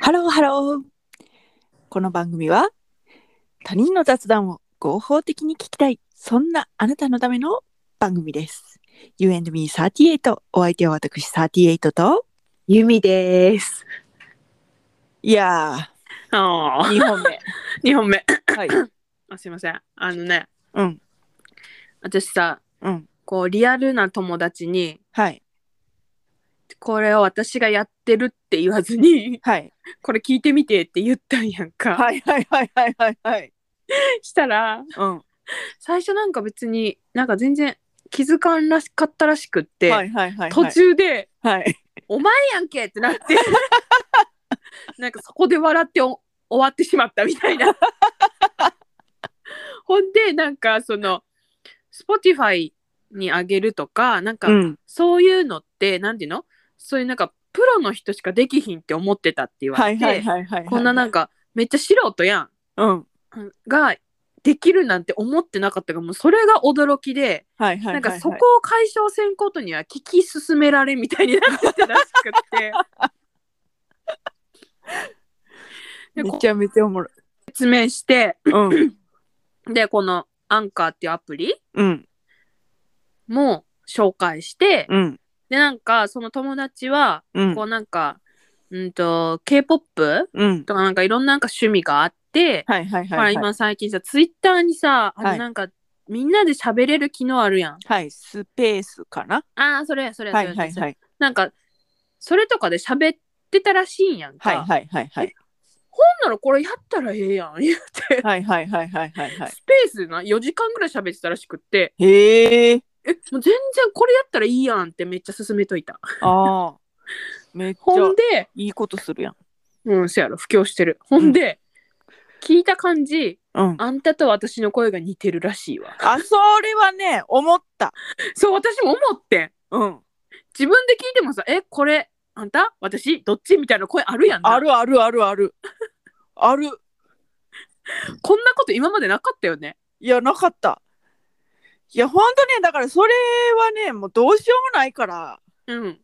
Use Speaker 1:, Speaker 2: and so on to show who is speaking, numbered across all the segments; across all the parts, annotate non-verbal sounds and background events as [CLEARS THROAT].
Speaker 1: ハローハロー。この番組は他人の雑談を合法的に聞きたい、そんなあなたのための番組です。You and me38。お相手は私38と、
Speaker 2: ゆみです。
Speaker 1: いや
Speaker 2: あ
Speaker 1: ー、2本
Speaker 2: [LAUGHS]
Speaker 1: 目。
Speaker 2: あ、2本目。
Speaker 1: はい。
Speaker 2: あすいません。あのね、
Speaker 1: うん、
Speaker 2: 私さ、
Speaker 1: うん。
Speaker 2: こう、リアルな友達に、
Speaker 1: はい。
Speaker 2: これを私がやってるって言わずに、 [LAUGHS]
Speaker 1: はい。
Speaker 2: これ聞いてみてって言ったんやんか。
Speaker 1: はいはいはいはいはいはい。
Speaker 2: したら、
Speaker 1: うん。
Speaker 2: 最初なんか別になんか全然気づかんらしかったらしくって、
Speaker 1: はいはいはい。
Speaker 2: 途。中で、
Speaker 1: はい。
Speaker 2: お前やんけってなって、 [LAUGHS] なんかそこで笑ってお終わってしまったみたいな。 [LAUGHS] ほんで、なんかその、Spotify にあげるとか、なんか
Speaker 1: うん。
Speaker 2: そういうのって、なんていうのそういうなんかプロの人しかできひんって思ってたって言わ
Speaker 1: は
Speaker 2: れ
Speaker 1: い
Speaker 2: て、
Speaker 1: はいはいはい。
Speaker 2: こんななん
Speaker 1: か。
Speaker 2: かめっちゃ素人や
Speaker 1: うん。
Speaker 2: んができるなんて思ってなかったからもうそれが驚きで、
Speaker 1: はいはいはいはい。
Speaker 2: なんかそこを解消せんことには聞き進められんみたいになってたらし
Speaker 1: [LAUGHS]
Speaker 2: くって。で
Speaker 1: め
Speaker 2: こう
Speaker 1: ちゃめちゃおもろい。
Speaker 2: 説明して
Speaker 1: うん。
Speaker 2: でこのアンカーっていうアプリ
Speaker 1: うん。
Speaker 2: も紹介して、
Speaker 1: うん。
Speaker 2: でなんかその友達は
Speaker 1: うん。
Speaker 2: こうなんか、うんと K-POP
Speaker 1: うん。
Speaker 2: とかなんかいろんななんか趣味があって、
Speaker 1: はいはい
Speaker 2: ほら
Speaker 1: はいはい。
Speaker 2: 今最近さツイッターにさあ
Speaker 1: は
Speaker 2: の
Speaker 1: い
Speaker 2: なんか、みんなで喋れる機能あるやん。
Speaker 1: はい、スペースかな。
Speaker 2: ああ、それや、それや、
Speaker 1: は
Speaker 2: そ
Speaker 1: い
Speaker 2: れや。
Speaker 1: はい
Speaker 2: それ
Speaker 1: は
Speaker 2: や
Speaker 1: い。
Speaker 2: なんか、それとかで喋ってたらしいんやんか。
Speaker 1: はいはいはいはい。
Speaker 2: ほんならこれやったらええやん、言って。
Speaker 1: はいはいはいはいはいはい。
Speaker 2: スペースでな、4時間ぐらい喋ってたらしくって、
Speaker 1: へえ。
Speaker 2: え、もう全然これやったらいいやんってめっちゃ勧めといた。
Speaker 1: ああ。めっち
Speaker 2: ほ
Speaker 1: ゃ
Speaker 2: んで、
Speaker 1: いいことするやん。
Speaker 2: うん、せやろ、布教してる。ほんで、聞いた感じ、
Speaker 1: うん。
Speaker 2: あんたと私の声が似てるらしいわ。
Speaker 1: あ、それはね、思った。
Speaker 2: そう、私も思ってん。
Speaker 1: うん。
Speaker 2: 自分で聞いてもさ、え、これ、あんた私どっちみたいな声あるやんな
Speaker 1: あるあるあるある。ある。
Speaker 2: こんなこと今までなかったよね。
Speaker 1: いや、なかった。いや、ほんとね、だからそれはね、もうどうしようもないから
Speaker 2: うん。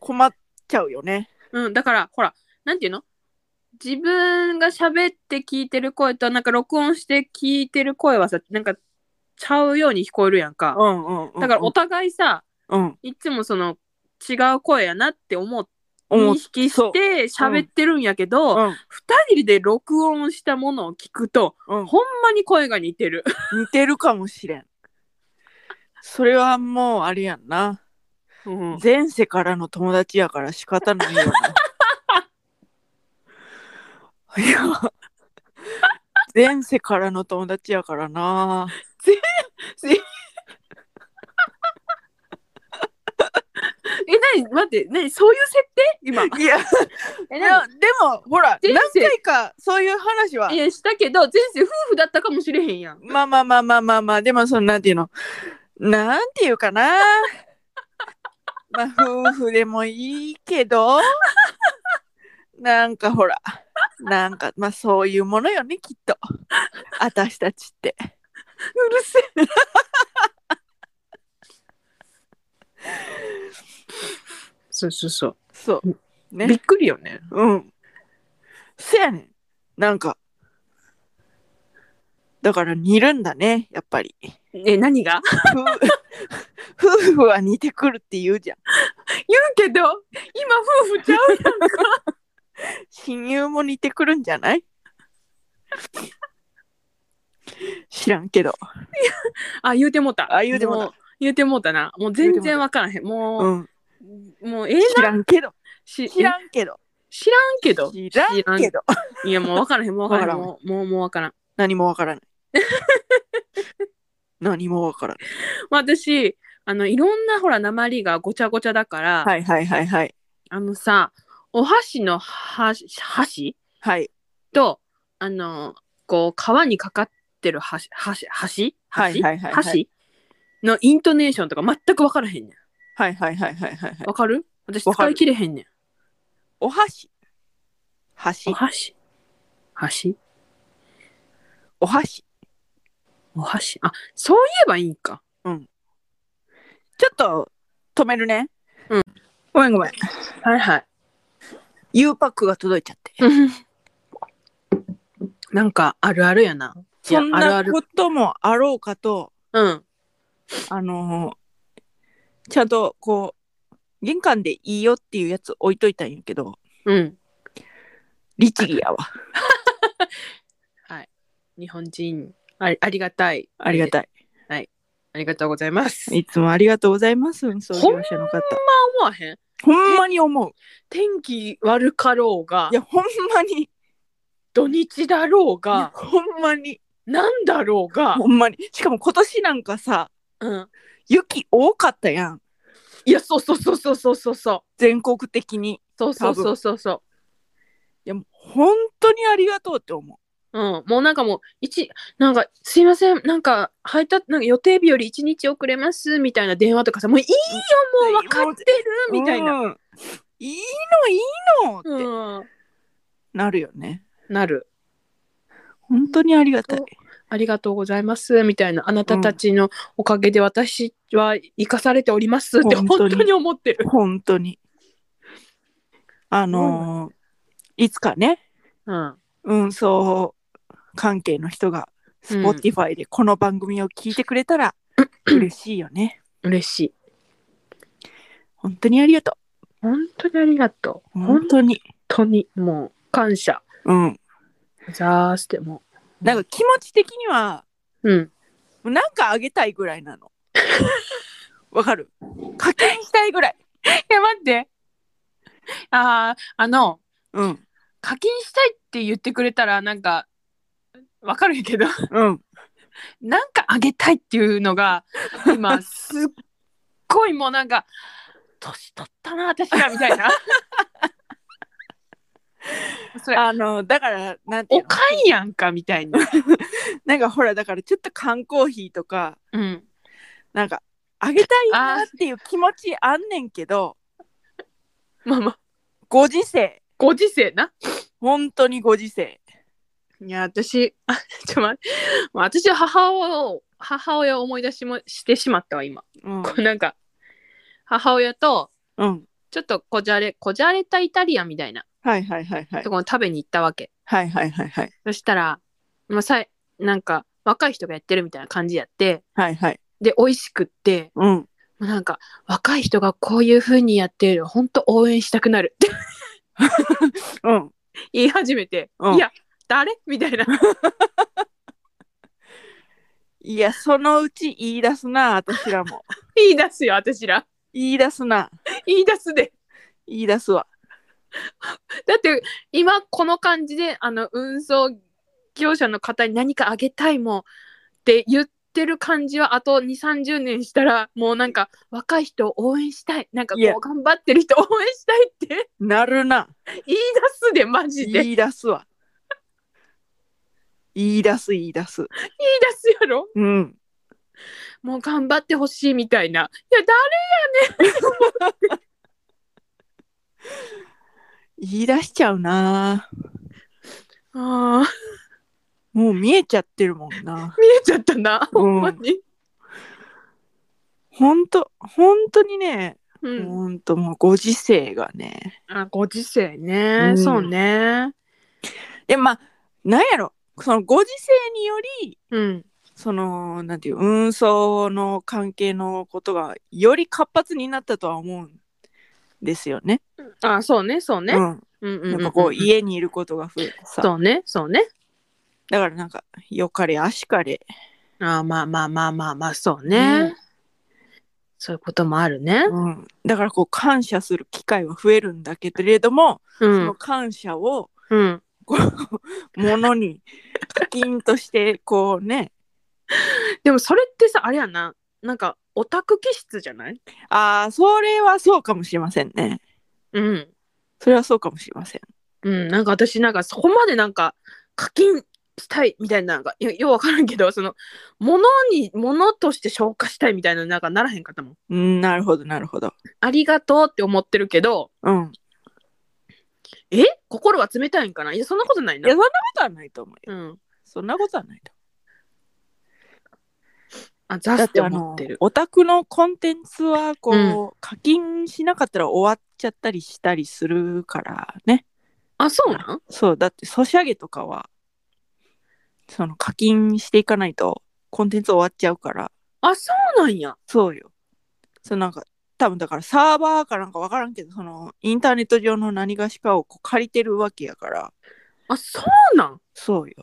Speaker 1: 困っちゃうよね。
Speaker 2: うん、だから、ほら、なんていうの自分が喋って聞いてる声と、なんか録音して聞いてる声はさ、なんか、ちゃうように聞こえるやんか。
Speaker 1: うんうんうん。
Speaker 2: だから、お互いさ、
Speaker 1: うん。
Speaker 2: いつもその、違う声やなって思う、
Speaker 1: 思
Speaker 2: 認
Speaker 1: っ
Speaker 2: 識
Speaker 1: そ
Speaker 2: して喋ってるんやけど、
Speaker 1: うん
Speaker 2: 二人で録音したものを聞くと、
Speaker 1: うん。
Speaker 2: ほんまに声が似てる。
Speaker 1: 似てるかもしれん。それはもうあれやんな。
Speaker 2: うん
Speaker 1: 前世からの友達やから仕方ないよな。い [LAUGHS] や、前世からの友達やからな。
Speaker 2: [LAUGHS] え、なに待って、なにそういう設定
Speaker 1: [LAUGHS]
Speaker 2: 今。
Speaker 1: いや、い
Speaker 2: え、
Speaker 1: や
Speaker 2: な
Speaker 1: でもほら、
Speaker 2: 前
Speaker 1: 何
Speaker 2: 世
Speaker 1: 回かそういう話は
Speaker 2: にい、や、したけど、前世夫婦だったかもしれへんやん。
Speaker 1: まあまあまあまあまあまあ、でもそのなんていうの、なんていうかな。 [LAUGHS] まあ夫婦でもいいけど、なんかほら、なんかまあそういうものよね、きっと。私たちって。
Speaker 2: うるせえ。そうそうそう。
Speaker 1: そう。
Speaker 2: び
Speaker 1: ね
Speaker 2: っ。くりよね。
Speaker 1: うん。せやねん。なんか。だから似るんだね、やっぱり。
Speaker 2: え、何が
Speaker 1: 夫夫婦 [LAUGHS] は似てくるって言うじゃん。
Speaker 2: 言うけど、今夫婦ちゃうやんか。
Speaker 1: 親友も似てくるんじゃない [LAUGHS] 知らんけど。
Speaker 2: [LAUGHS] あ、言うてもうた。
Speaker 1: あ言うてもうた
Speaker 2: う言うてもうたな。もう全然わからへん。も
Speaker 1: う
Speaker 2: う、
Speaker 1: ん。
Speaker 2: もうええ
Speaker 1: 知らんけど。
Speaker 2: し
Speaker 1: 知
Speaker 2: ん
Speaker 1: らんけど。
Speaker 2: 知らんけど。
Speaker 1: 知らんけど。
Speaker 2: いや、もうわからへん。もうわからへん。
Speaker 1: わ
Speaker 2: もう、もう、もうわからん。
Speaker 1: 何もわから [LAUGHS] ない。何もわからない。
Speaker 2: まあ私、あの、いろんなほら、鉛がごちゃごちゃだから、
Speaker 1: はいはいはいはい。
Speaker 2: あのさ、お箸の箸、箸
Speaker 1: はい。
Speaker 2: とあのこう川にかかってる橋橋橋
Speaker 1: はいはいはいはい
Speaker 2: 橋のイントネーションとか全く分からへんねん。
Speaker 1: はいはいはいはいはいはい。
Speaker 2: 分かる私
Speaker 1: わか
Speaker 2: 使
Speaker 1: る
Speaker 2: い切れへんねん。
Speaker 1: お箸。
Speaker 2: お
Speaker 1: 箸。
Speaker 2: 箸箸
Speaker 1: お箸。
Speaker 2: お箸あそういえばいいんか。
Speaker 1: ちょっと止めるね。
Speaker 2: うん。
Speaker 1: ごめんごめん。
Speaker 2: はいはい。
Speaker 1: U パックが届いちゃって。
Speaker 2: [LAUGHS] なんかあるあるやな。いや
Speaker 1: そん
Speaker 2: あるあ
Speaker 1: な
Speaker 2: る
Speaker 1: こともあろうかと、
Speaker 2: うん。
Speaker 1: あのーちゃんとこう、玄関でいいよっていうやつ置いといたんやけど、
Speaker 2: うん。
Speaker 1: 律儀やわ。
Speaker 2: 日本人ありありがたい。
Speaker 1: ありが
Speaker 2: い。
Speaker 1: たい。
Speaker 2: ありがとうございます。
Speaker 1: いつもありがとうございます、運送業者の方。
Speaker 2: 思わへん
Speaker 1: ほんまに思う。
Speaker 2: 天気悪かろうが
Speaker 1: いや、ほんまに、い
Speaker 2: 土日だろう
Speaker 1: や
Speaker 2: が
Speaker 1: ほんまに、
Speaker 2: なんだろうが
Speaker 1: ほ、んまに。しかも今年なんかさ、
Speaker 2: うん、
Speaker 1: 雪多かったやん。
Speaker 2: いやそうそうそうそうそうそうそう
Speaker 1: 全国的に。
Speaker 2: そうそうそうそうそ
Speaker 1: いや、もう本当にありがとうって思う。
Speaker 2: う、うん、もうなんかもう一なんかすいませんなんか配達なんか予定日より一日遅れますみたいな電話とかさもういいよもう分かってるみたいな、
Speaker 1: うんいいの、いいのって
Speaker 2: うん、
Speaker 1: なるよね。
Speaker 2: なる
Speaker 1: 本当にありがたい
Speaker 2: そ。ありがとうございますみたいなあなたたちのおかげで私は生かされておりますって
Speaker 1: 本
Speaker 2: 本
Speaker 1: 当
Speaker 2: 当
Speaker 1: に
Speaker 2: に思って
Speaker 1: [LAUGHS]
Speaker 2: る、
Speaker 1: 本当に。あのーいつかね、
Speaker 2: うん、
Speaker 1: 運送関係の人が、
Speaker 2: うん
Speaker 1: Spotify でこの番組を聞いてくれた
Speaker 2: [CLEARS THROAT]
Speaker 1: ら、嬉しいよね。
Speaker 2: 嬉しい
Speaker 1: 本当にありがと
Speaker 2: 本当にありがとう
Speaker 1: う。
Speaker 2: 本
Speaker 1: 本当に。
Speaker 2: 当にもう感謝
Speaker 1: うん。
Speaker 2: ざーしても
Speaker 1: なんか気持ち的には、
Speaker 2: ううん
Speaker 1: もうなんかあげたいぐらいな
Speaker 2: [LAUGHS]
Speaker 1: の。わかる課金したいぐらい。
Speaker 2: いや、待って。ああ、あの、
Speaker 1: うん。
Speaker 2: 課金したいって言ってくれたら、なんか、わかるんやけど、
Speaker 1: うん。
Speaker 2: なんかあげたいっていうの [LAUGHS] が、今、すっごいもうなんか、年取ったな、私ら、みたい [LAUGHS] な。それ、
Speaker 1: あの、だから、なんていう
Speaker 2: お
Speaker 1: の
Speaker 2: かんやんか、みたいな。
Speaker 1: なんかほら、だからちょっと缶コーヒーとか、
Speaker 2: うん。
Speaker 1: なんか、あげたいなっていう気持ちあんねんけど、
Speaker 2: まあまあ、
Speaker 1: ご時世、
Speaker 2: ご時世な。
Speaker 1: 本当にご時世。
Speaker 2: いや、私、 [LAUGHS] あ、ちょ、待って、もう私は母親を、母親を思い出しもしてしまったわ、今。
Speaker 1: うん。
Speaker 2: こうなんか、母親と、
Speaker 1: うん、
Speaker 2: ちょっとこじゃれ、こじゃれたイタリアンみたいな
Speaker 1: はいはいはいはい
Speaker 2: と。ころに食べに行ったわけ。
Speaker 1: はいはいはいはい。
Speaker 2: そしたら、まあ、さいなんか若い人がやってるみたいな感じやって、
Speaker 1: はいはい。
Speaker 2: で、美味しくって、
Speaker 1: うん。
Speaker 2: もうなんか若い人がこういう風にやってる、ほんと応援したくなるって
Speaker 1: うん。
Speaker 2: 言い始めて、
Speaker 1: うん
Speaker 2: いや、誰みたいな。 [LAUGHS]
Speaker 1: いや、そのうち言い出すな、私らも。 [LAUGHS]
Speaker 2: 言い出すよ、私ら。
Speaker 1: 言い出すな。
Speaker 2: 言い出すで。
Speaker 1: 言い出すわ。
Speaker 2: だって、今この感じで、あの、運送業者の方に何かあげたいもんって言ってる感じは、あと2、30年したら、もうなんか、若い人を応援したい。なんか
Speaker 1: いや
Speaker 2: こう、頑張ってる人を応援したいって [LAUGHS]
Speaker 1: なるな。
Speaker 2: 言い出すで、マジで。言い
Speaker 1: 言い出すわ。言い出す言い出す。
Speaker 2: 出すやろ
Speaker 1: うん。
Speaker 2: もう頑張ってほしいみたいな。いや、誰
Speaker 1: 言い出しちゃうな。
Speaker 2: ああ、
Speaker 1: もう見えちゃってるもんな。
Speaker 2: 見えちゃったな、
Speaker 1: うん
Speaker 2: ほんまに。
Speaker 1: ほんと、ほんとにね、
Speaker 2: うん。
Speaker 1: ほんともうご時世がね。
Speaker 2: あ、ご時世
Speaker 1: う
Speaker 2: ね。
Speaker 1: ん
Speaker 2: そうね。
Speaker 1: で、まあ、なんやろ、そのご時世により、
Speaker 2: うん。
Speaker 1: その、なんていう、運送の関係のことがより活発になったとは思うんですよね。
Speaker 2: あ、そうね、そうね。
Speaker 1: うん。
Speaker 2: うんうんうん
Speaker 1: や
Speaker 2: う
Speaker 1: っ
Speaker 2: ん
Speaker 1: ぱこう、家にいることが増えてさ。
Speaker 2: そうね、そうね。
Speaker 1: だからなんか、よかれ、あしかれ。
Speaker 2: あーまあまあまあまあまあそうね、
Speaker 1: うん
Speaker 2: そういうこともあるね
Speaker 1: うん。だからこう、感謝する機会は増えるんだけれども、
Speaker 2: う
Speaker 1: その
Speaker 2: ん
Speaker 1: 感謝を、
Speaker 2: うん
Speaker 1: こう、ものに、課金として、こうね、
Speaker 2: でもそれってさあれやななんかオタク気質じゃない
Speaker 1: ああ、それはそうかもしれませんね。
Speaker 2: うん
Speaker 1: それはそうかもしれません。
Speaker 2: うんなんか私なんかそこまでなんか課金したいみたいななんかいやようわからんけどそのものにものとして消化したいみたいななんかならへんかったもん
Speaker 1: うん、なるほど、なるほど。
Speaker 2: ありがとうって思ってるけど
Speaker 1: うん。
Speaker 2: え心は冷たいんかないやそんなことない
Speaker 1: いや、
Speaker 2: な
Speaker 1: そんなことはないと思うよ。
Speaker 2: うん
Speaker 1: そんなことはないと
Speaker 2: あざ
Speaker 1: 思う。だっ
Speaker 2: すって
Speaker 1: てあの
Speaker 2: 思ってる
Speaker 1: オタクのコンテンツはこう、
Speaker 2: う
Speaker 1: 課金しなかったら終わっちゃったりしたりするからね
Speaker 2: あそうなん
Speaker 1: そうだってソシャゲとかはその課金していかないとコンテンツ終わっちゃうから
Speaker 2: あそうなんや
Speaker 1: そうよそうなんか多分だからサーバーかなんか分からんけどそのインターネット上の何がしかをこう借りてるわけやから
Speaker 2: あそうなん
Speaker 1: そうよ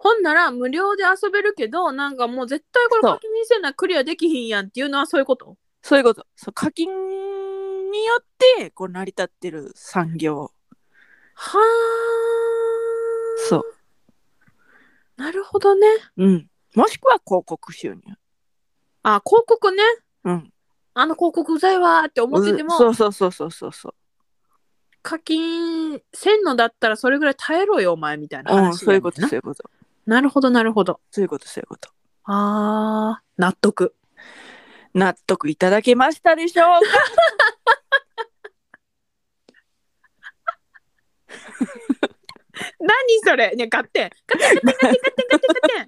Speaker 2: ほんなら無料で遊べるけどなんかもう絶対これ
Speaker 1: そう
Speaker 2: 課金せなクリアできひんやんっていうのはそういうこと
Speaker 1: そういうことそう課金によってこう成り立ってる産業
Speaker 2: はあ
Speaker 1: そう
Speaker 2: なるほどね
Speaker 1: うんもしくは広告収入
Speaker 2: あ広告ね
Speaker 1: うん
Speaker 2: あの広告うざいわーって思ってても
Speaker 1: そうそうそうそうそうそう
Speaker 2: 課金せんのだったらそれぐらい耐えろよお前みたいな
Speaker 1: うん、
Speaker 2: 話
Speaker 1: そういうこと、
Speaker 2: な
Speaker 1: そういうこと。
Speaker 2: なるほどなるほど
Speaker 1: そういうこと、そういうこと。
Speaker 2: あー納得
Speaker 1: 納得いただけましたでしょうか
Speaker 2: 何それね勝手勝手勝手勝手勝手勝手勝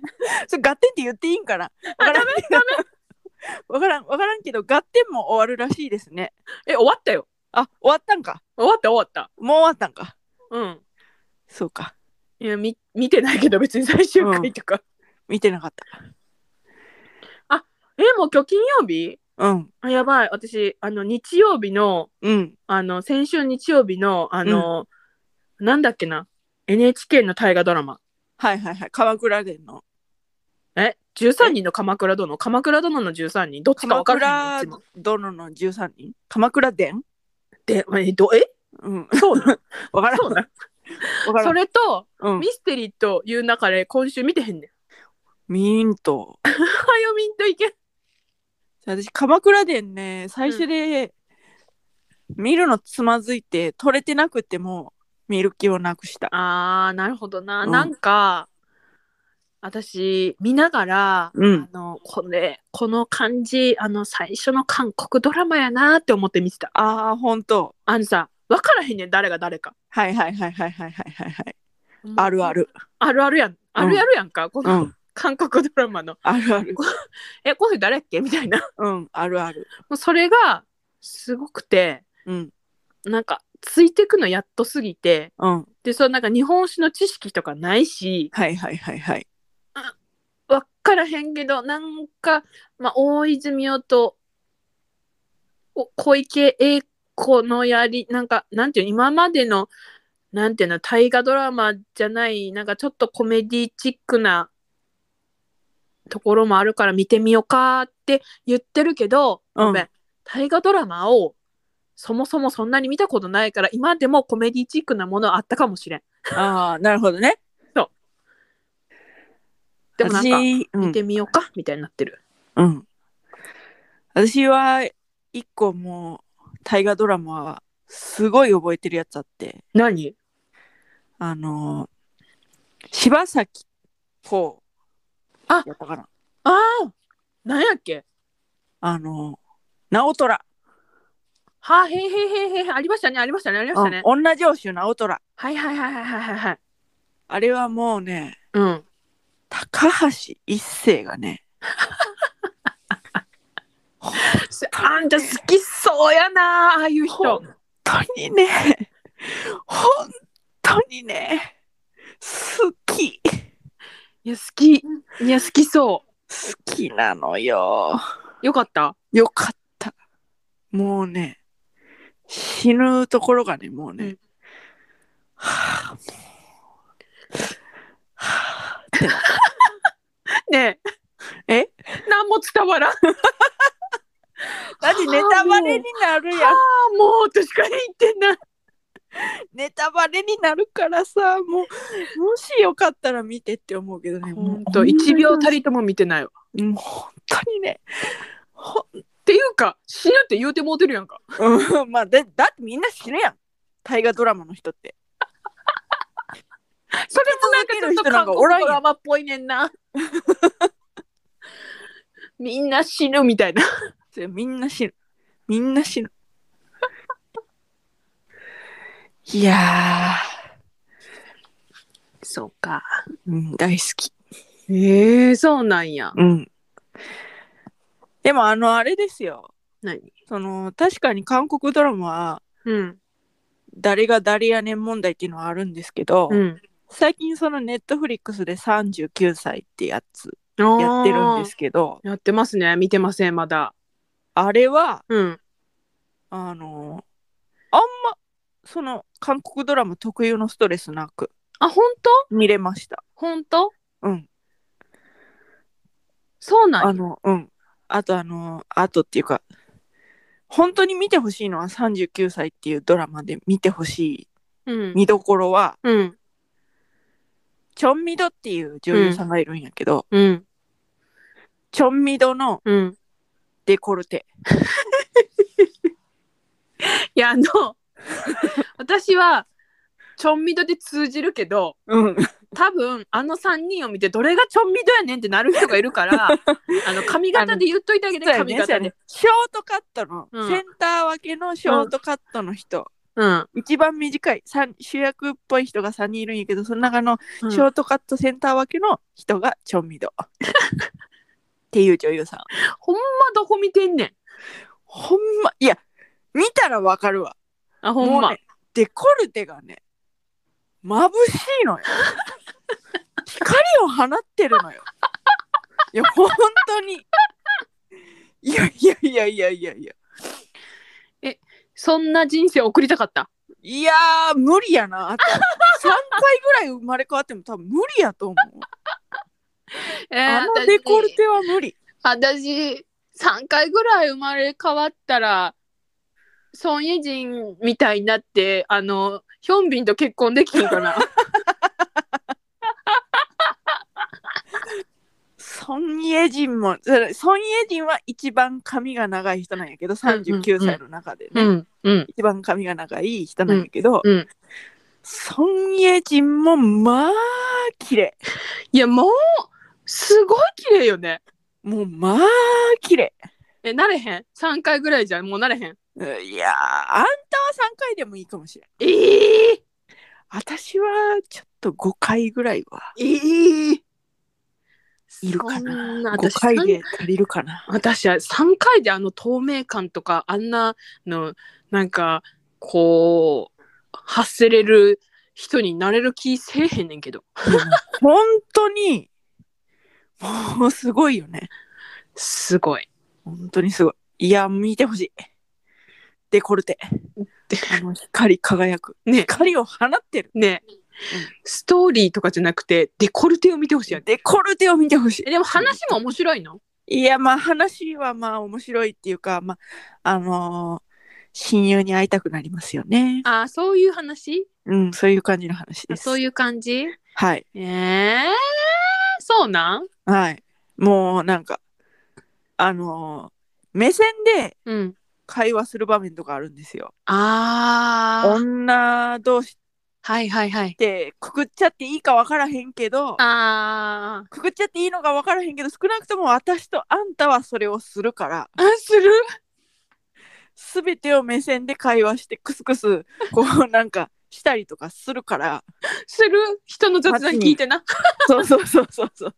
Speaker 1: [LAUGHS] それ、ガッテンって言っていいんかなわからんけど。 [LAUGHS] わからん、わからんけど、ガッテンも終わるらしいですね。
Speaker 2: 手 [LAUGHS] え終わったよ
Speaker 1: あ、終わったんか。
Speaker 2: 終わった終わった
Speaker 1: もう終わったんか。
Speaker 2: うん
Speaker 1: そうか。
Speaker 2: いやみ見てないけど別に最終回とか、
Speaker 1: 見てなかった。
Speaker 2: [LAUGHS] えもう今日金曜日
Speaker 1: うん、
Speaker 2: あやばい私あの日曜日の
Speaker 1: うん、
Speaker 2: あの先週日曜日のあの、なんだっけな NHK の大河ドラマ
Speaker 1: はいはいはい、鎌倉殿の。
Speaker 2: え13人の鎌倉殿鎌倉殿の13人どっちか
Speaker 1: 鎌
Speaker 2: 分から
Speaker 1: 倉
Speaker 2: へんのいつも
Speaker 1: 殿の十三人。鎌倉殿。
Speaker 2: でえどえ
Speaker 1: うん、
Speaker 2: そう [LAUGHS] なの
Speaker 1: わからん、
Speaker 2: そうな
Speaker 1: わか
Speaker 2: の
Speaker 1: ら
Speaker 2: そ
Speaker 1: ん。
Speaker 2: れと、
Speaker 1: うん
Speaker 2: ミ、ステリーという中で今週見てへんねん。 [LAUGHS]
Speaker 1: ミント。
Speaker 2: はよみんといけん。
Speaker 1: 私鎌倉殿ね最初で見るのつまずいて取れてなくても見る気をなくした
Speaker 2: あーなるほどな。
Speaker 1: うん
Speaker 2: なんか私見ながら、
Speaker 1: うん
Speaker 2: あのこれこの感じあの最初の韓国ドラマやなって思って見てた。
Speaker 1: ああ本当
Speaker 2: あのさ分からへんねん誰が誰か。
Speaker 1: はいはいはいはいはいはいはいはいあるあ。る
Speaker 2: あるあるやん。あるあるやんか、こ
Speaker 1: う
Speaker 2: の
Speaker 1: ん
Speaker 2: 韓国ドラマの。
Speaker 1: あるある
Speaker 2: えこの人誰やっけみたいな。
Speaker 1: うんあるある
Speaker 2: もうそれがすごくて
Speaker 1: うん
Speaker 2: なんかついてくのやっとすぎて
Speaker 1: うん
Speaker 2: でそのなんか日本史の知識とかないし
Speaker 1: はいはいはいはい
Speaker 2: 分からへんけどなんか、まあ、大泉洋とお小池栄子のやりなんかなんていうの今までのなんていうの大河ドラマじゃないなんかちょっとコメディチックなところもあるから見てみようかって言ってるけど、
Speaker 1: うん
Speaker 2: ごめん大河ドラマをそもそもそんなに見たことないから今でもコメディチックなものはあったかもしれん。
Speaker 1: ああなるほどね
Speaker 2: でもなんか
Speaker 1: 私う
Speaker 2: 見
Speaker 1: ん
Speaker 2: てみようかみたいになってる。
Speaker 1: うん私は一個もう大河ドラマはすごい覚えてるやつあって
Speaker 2: 何
Speaker 1: あの柴咲コウ
Speaker 2: あ
Speaker 1: やったかな
Speaker 2: ああなんやっけ
Speaker 1: あの、直虎。
Speaker 2: はあ、へいへいへいへいへいありましたね、ありましたね、ありましたね。
Speaker 1: 女上司直虎。
Speaker 2: はいはいはいはいはいはいはい。
Speaker 1: あれはもうね、
Speaker 2: うん。
Speaker 1: 高橋一生がね。 [LAUGHS] 本
Speaker 2: あんた好きそうやなああいう人。
Speaker 1: 当にね、本当にね、好き、好
Speaker 2: いや、好き。いや、好きそ
Speaker 1: きなのよ。
Speaker 2: う。よかった。
Speaker 1: よかった。もうね、死ぬところがね、もうね、
Speaker 2: うん
Speaker 1: はあ、もう、はあ、ってなった
Speaker 2: ねえ。
Speaker 1: え
Speaker 2: 何も伝わらん。
Speaker 1: だってネタバレになるやん。
Speaker 2: あもう、確かに言ってんな。
Speaker 1: ネタバレになるからさ、もう、もしよかったら見てって思うけどね。もう
Speaker 2: ほんと、1秒た。りとも見てないわ。っ
Speaker 1: もう本当にね。ほ
Speaker 2: ていうか、死ぬって言うてもうてるやんか。
Speaker 1: うん、まあだ、だってみんな死ぬやん。大河ドラマの人って。
Speaker 2: それもなんかちょっと韓国ドラマっぽいねんな。みんな死ぬみたいな。
Speaker 1: それみんな死ぬ。みんな死 [LAUGHS] ぬ。いや
Speaker 2: そうか。
Speaker 1: ー、うん、大好き。
Speaker 2: ええそうなんや。
Speaker 1: うん。でも、あの、あれですよ。
Speaker 2: 何
Speaker 1: その確かに韓国ドラマは
Speaker 2: うん。
Speaker 1: 誰が誰やねん問題っていうのはあるんですけど、
Speaker 2: うん。
Speaker 1: 最近そのネットフリックスで39歳ってやつや
Speaker 2: や
Speaker 1: ってるんです。けど
Speaker 2: やってますね。見てません、まだ。
Speaker 1: あれは
Speaker 2: うん。
Speaker 1: あのあんまその韓国ドラマ特有のストレスなく
Speaker 2: あ、本当
Speaker 1: 見れました。
Speaker 2: 本当
Speaker 1: うん。
Speaker 2: そうなん
Speaker 1: あ
Speaker 2: や
Speaker 1: の、うん。あとあの、あとっていうか、本当に見てほしいのは39歳っていうドラマで見てほし
Speaker 2: うん
Speaker 1: い。見どころは、
Speaker 2: うん。
Speaker 1: チョンミドっていう女優さんがいるんやけど、
Speaker 2: うん。
Speaker 1: チョンミドの
Speaker 2: うん。
Speaker 1: デコルテ。[LAUGHS]
Speaker 2: いや、あの、私は、ちょんみどで通じるけど、
Speaker 1: うん。
Speaker 2: 多分あの3人を見てどれがちょんみどやねんってなる人がいるか
Speaker 1: [LAUGHS]
Speaker 2: らあの髪型で言っといてあげて
Speaker 1: そうや
Speaker 2: 髪
Speaker 1: ね
Speaker 2: 型
Speaker 1: そうや
Speaker 2: で
Speaker 1: ね。ショートカットの、
Speaker 2: うん
Speaker 1: センター分けのショートカットの人、
Speaker 2: うん
Speaker 1: 一番短い、三主役っぽい人が3人いるんやけど、その中の
Speaker 2: うん
Speaker 1: ショートカットセンター分けの人がチョンミド。っていう女優さん。
Speaker 2: ほんまどこ見てんねん
Speaker 1: ほんま、いや、見たらわかるわ。
Speaker 2: あほん
Speaker 1: も
Speaker 2: ま、
Speaker 1: うね、デコルテがね、眩しいのよ。光を放ってるのよ。いや、本当に。いやいやいやいやいやいや。
Speaker 2: そんな人生送りたかった
Speaker 1: いやー、無理やな。あ
Speaker 2: [LAUGHS]
Speaker 1: と3回ぐらい生まれ変わっても多分無理やと思う。
Speaker 2: え
Speaker 1: あのデコルテは無理。
Speaker 2: 私3回ぐらい生まれ変わったら孫イ人みたいになってあのヒョンビンと結婚できひんかな
Speaker 1: ソン・イェジンも、それソン・イェジンは一番髪が長い人なんやけど、39歳の中でね。
Speaker 2: [LAUGHS] うんうん
Speaker 1: 一番髪が長い人なんやけど、
Speaker 2: うんうん
Speaker 1: ソン・イェジンもまあ綺麗
Speaker 2: いやもうすごい綺麗よね
Speaker 1: もうまあ綺麗
Speaker 2: えなれへん3回ぐらいじゃもうなれへん
Speaker 1: うんいやーあんたは3回でもいいかもしれん
Speaker 2: ええ
Speaker 1: 私はちょっと5回ぐらいは
Speaker 2: ええ
Speaker 1: いるか
Speaker 2: そん
Speaker 1: な5
Speaker 2: な私
Speaker 1: 回で足りるかな
Speaker 2: 私は3回であの透明感とかあんなのなんかこう発せれる人になれる気せえへんねんけど
Speaker 1: でも [LAUGHS] 本当にもうすごいよね
Speaker 2: すごい
Speaker 1: 本当にすごいいや見てほしいデコルテあの光り輝く
Speaker 2: ね
Speaker 1: 光を放ってる
Speaker 2: [LAUGHS] ね、ストーリーとかじゃなくてデコルテを見てほしいよね
Speaker 1: デコルテを見てほしい
Speaker 2: えでも話も面白いの
Speaker 1: いやまあ話はまあ面白いっていうかまああのー親友に会いたくなりますよね。
Speaker 2: あそういう話
Speaker 1: うんそういう感じの話です。
Speaker 2: そういう感じ
Speaker 1: はい
Speaker 2: ええそうなん
Speaker 1: はいもうなんかあのー目線で
Speaker 2: うん
Speaker 1: 会話する場面とかあるんですよ。
Speaker 2: ああ
Speaker 1: 女同士っ
Speaker 2: はいはいはい
Speaker 1: てくくっちゃっていいか分からへんけど
Speaker 2: あ
Speaker 1: くくっちゃっていいのか分からへんけど少なくとも私とあんたはそれをするから
Speaker 2: あする
Speaker 1: 全てを目線で会話してクスクスこうなんかしたりとかするから。
Speaker 2: する人の雑談聞いてな。
Speaker 1: そうそうそうそうそう。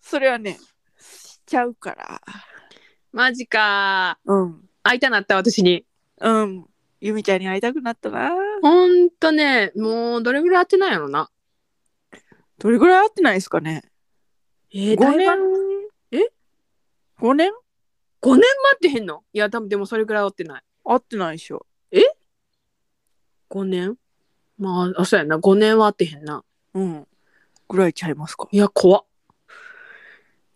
Speaker 1: それはね、しちゃうから。
Speaker 2: [LAUGHS] マジか。
Speaker 1: うん。
Speaker 2: 会いたなった私に。
Speaker 1: うん。ゆみちゃんに会いたくなったな。
Speaker 2: ほんとね、もうどれぐらい会ってないやろな。
Speaker 1: どれぐらい会ってないですかね
Speaker 2: え
Speaker 1: ?5
Speaker 2: だいぶ
Speaker 1: 年
Speaker 2: え
Speaker 1: ?5 年
Speaker 2: 五年待ってへんのいや、多分でもそれぐらい会ってない。
Speaker 1: 会ってないでしょ。
Speaker 2: 5年まあ、あ、そうやな。5年は会ってへんな。
Speaker 1: うん。ぐらいちゃいますか。
Speaker 2: いや、怖っ。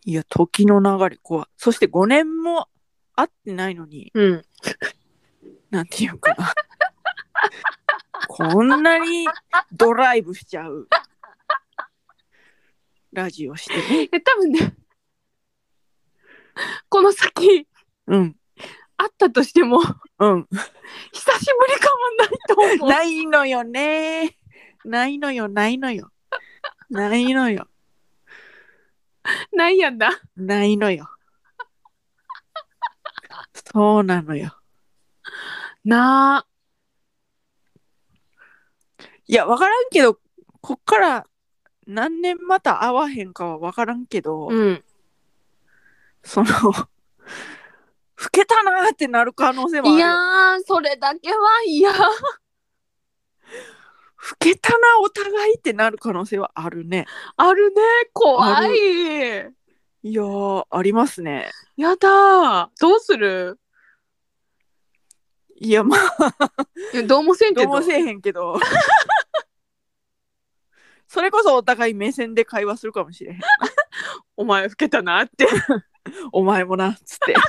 Speaker 1: いや、時の流れ怖い。そして5年も会ってないのに、
Speaker 2: うん。
Speaker 1: なんていうかな。こんなにドライブしちゃう。ラジオしてね。
Speaker 2: え、多分ね、 [LAUGHS] この先、
Speaker 1: うん。
Speaker 2: 会ったとしても、
Speaker 1: うん、
Speaker 2: 久しぶり感はないと思う。
Speaker 1: ないのよね。ないのよ、ないのよ。ないのよ、
Speaker 2: ないやんだ。
Speaker 1: ないのよ。そうなのよ。
Speaker 2: なあ。
Speaker 1: いや、わからんけど、こっから何年また会わへんかはわからんけど、
Speaker 2: うん。
Speaker 1: その、老けたなーってなる可能性もあ
Speaker 2: い
Speaker 1: るよ
Speaker 2: やーそれだけは嫌
Speaker 1: 老けたなお互いってなる可能性はあるね
Speaker 2: あるね怖
Speaker 1: あ
Speaker 2: い
Speaker 1: いやーありますね
Speaker 2: やだーどうする
Speaker 1: いやまあ
Speaker 2: いやどうもせんけ
Speaker 1: どう
Speaker 2: ど
Speaker 1: もせえへんけど [LAUGHS] それこそお互い目線で会話するかもしれへん
Speaker 2: お前老けたなっていやそれは
Speaker 1: お前もなっつって [LAUGHS]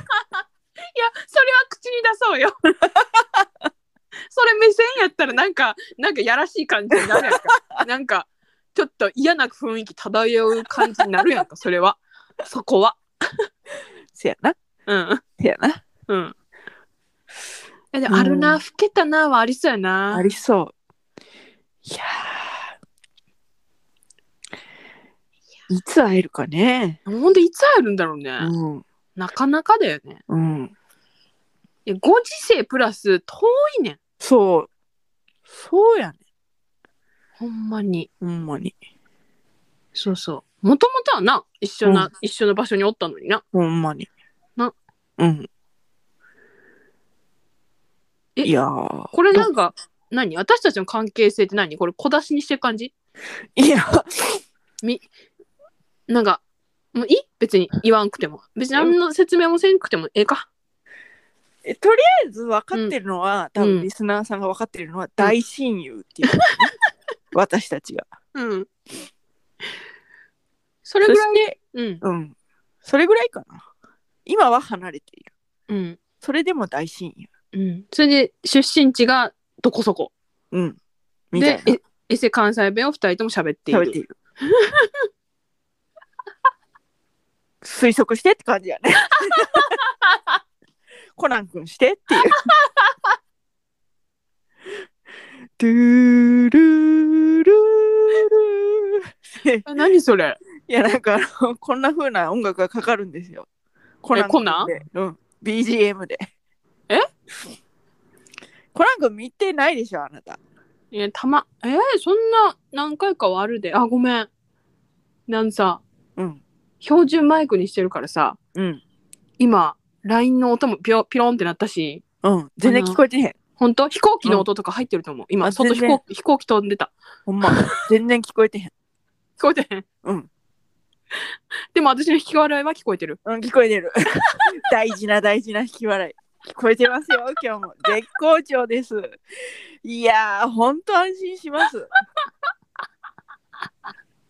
Speaker 2: 口に出そうよ [LAUGHS] それ目線やったらなんかなんかやらしい感じになるやん
Speaker 1: [LAUGHS]
Speaker 2: かなんかちょっと嫌な雰囲気漂う感じになるやんかそれはそこは
Speaker 1: せやな
Speaker 2: うん
Speaker 1: せやな
Speaker 2: うんえでもあるな、
Speaker 1: うん
Speaker 2: 老けたなはありそうやな
Speaker 1: ありそういやーいつ会えるかね
Speaker 2: ほんといつ会えるんだろうね、
Speaker 1: うん
Speaker 2: なかなかだよね
Speaker 1: うん
Speaker 2: いやご時世プラス遠いねん
Speaker 1: そうそうやね
Speaker 2: ほんまに
Speaker 1: ほんまに
Speaker 2: そうそうもともとはな一緒な、
Speaker 1: う
Speaker 2: 一緒の場所におったのにな
Speaker 1: ほんまに。
Speaker 2: な。
Speaker 1: うん。
Speaker 2: え
Speaker 1: いやー
Speaker 2: これなんか何私たちの関係性って何これ小出しにしてる感じ
Speaker 1: いや、
Speaker 2: なんかもういい別に言わんくても別に何の説明もせんくてもええか
Speaker 1: えとりあえず分かってるのは、多
Speaker 2: うん
Speaker 1: 分リスナーさんが分かってるのは、大親友っていう、ね私たちが。
Speaker 2: うんそれ
Speaker 1: そ
Speaker 2: ぐらい
Speaker 1: して、
Speaker 2: うん
Speaker 1: うん。それぐらいかな。今は離れている。
Speaker 2: うん
Speaker 1: それでも大親友。
Speaker 2: うんそれで出身地がどこそこ
Speaker 1: うん。みたい
Speaker 2: で
Speaker 1: な。
Speaker 2: えエセ関西弁を二人とも喋っている
Speaker 1: 喋っている。推測してって感じやね。 [LAUGHS] コナン君してっていう。ドゥルルルル
Speaker 2: え何それ
Speaker 1: いやなんかあのこんな風な音楽がかかるんですよ。コナン
Speaker 2: コナン
Speaker 1: 君で、うん、BGM で。
Speaker 2: え
Speaker 1: コナン君見てないでしょあなた。
Speaker 2: いや、たま、えー、そんな何回かはあるで。あ、ごめん。なんさ、
Speaker 1: うん
Speaker 2: 標準マイクにしてるからさ、
Speaker 1: うん
Speaker 2: 今、LINE の音もピロピロンってなったし、
Speaker 1: うん全然聞こえてへん。
Speaker 2: ほんと飛行機の音とか入ってると思う。今、
Speaker 1: あ
Speaker 2: 外飛
Speaker 1: 全然
Speaker 2: 行飛行機飛んでた。
Speaker 1: ほんま全然聞こえてへん。
Speaker 2: 聞こえてへん。
Speaker 1: うん。
Speaker 2: でも私の引き笑いは聞こえてる。
Speaker 1: うん、聞こえてる。 [LAUGHS] 大事な大事な引き笑い。聞こえてますよ、今日も。絶好調です。いやー、ほんと安心します。 [LAUGHS]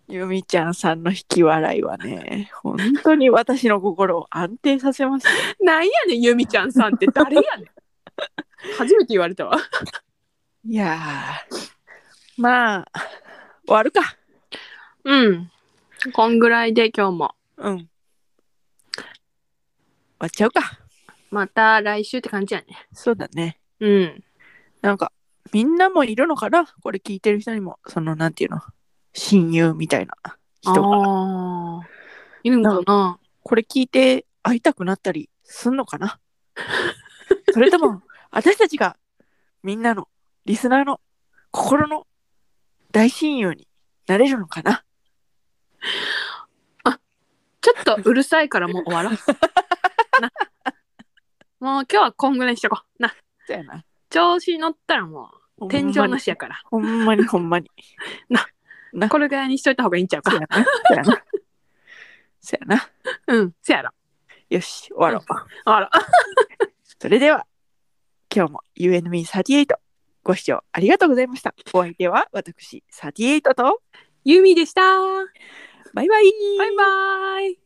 Speaker 1: ゆみちゃんさんの引き笑いはね、本当に私の心を安定させます。
Speaker 2: なんやねん、ゆみちゃんさんって誰やね [LAUGHS] ん。初めて言われたわ。
Speaker 1: いやー、まあ、終わるか。
Speaker 2: うん。こんぐらいで今日も。
Speaker 1: うん。終わっちゃうか。
Speaker 2: また来週って感じやね。
Speaker 1: そうだね。
Speaker 2: うん。
Speaker 1: なんか、みんなもいるのかなこれ聞いてる人にも、その、なんていうの、親友みたいな人が。
Speaker 2: ああ。いるんかな
Speaker 1: これ聞いて会いたくなったりすんのかな [LAUGHS] それとも、私たちが、みんなの、リスナーの、心の大親友になれるのかな
Speaker 2: ちょっとうるさいからもう終 [LAUGHS] わろう。なもう今日はこんぐらいにしとこう。な、
Speaker 1: そうやな。
Speaker 2: 調子に乗ったらもう [LAUGHS] 天井なしやから。
Speaker 1: ほんまにほんまに。な
Speaker 2: これぐらいにしといた方がいいんちゃう
Speaker 1: そう
Speaker 2: [LAUGHS] か
Speaker 1: や。な。そうやな。そうやな。
Speaker 2: うん、せやろ。
Speaker 1: よし、終わろう。
Speaker 2: あら。
Speaker 1: それでは、今日も UNME38 ご視聴ありがとうございました。お相手は私38と
Speaker 2: ゆみでした。
Speaker 1: バイバイ。
Speaker 2: バイバイ。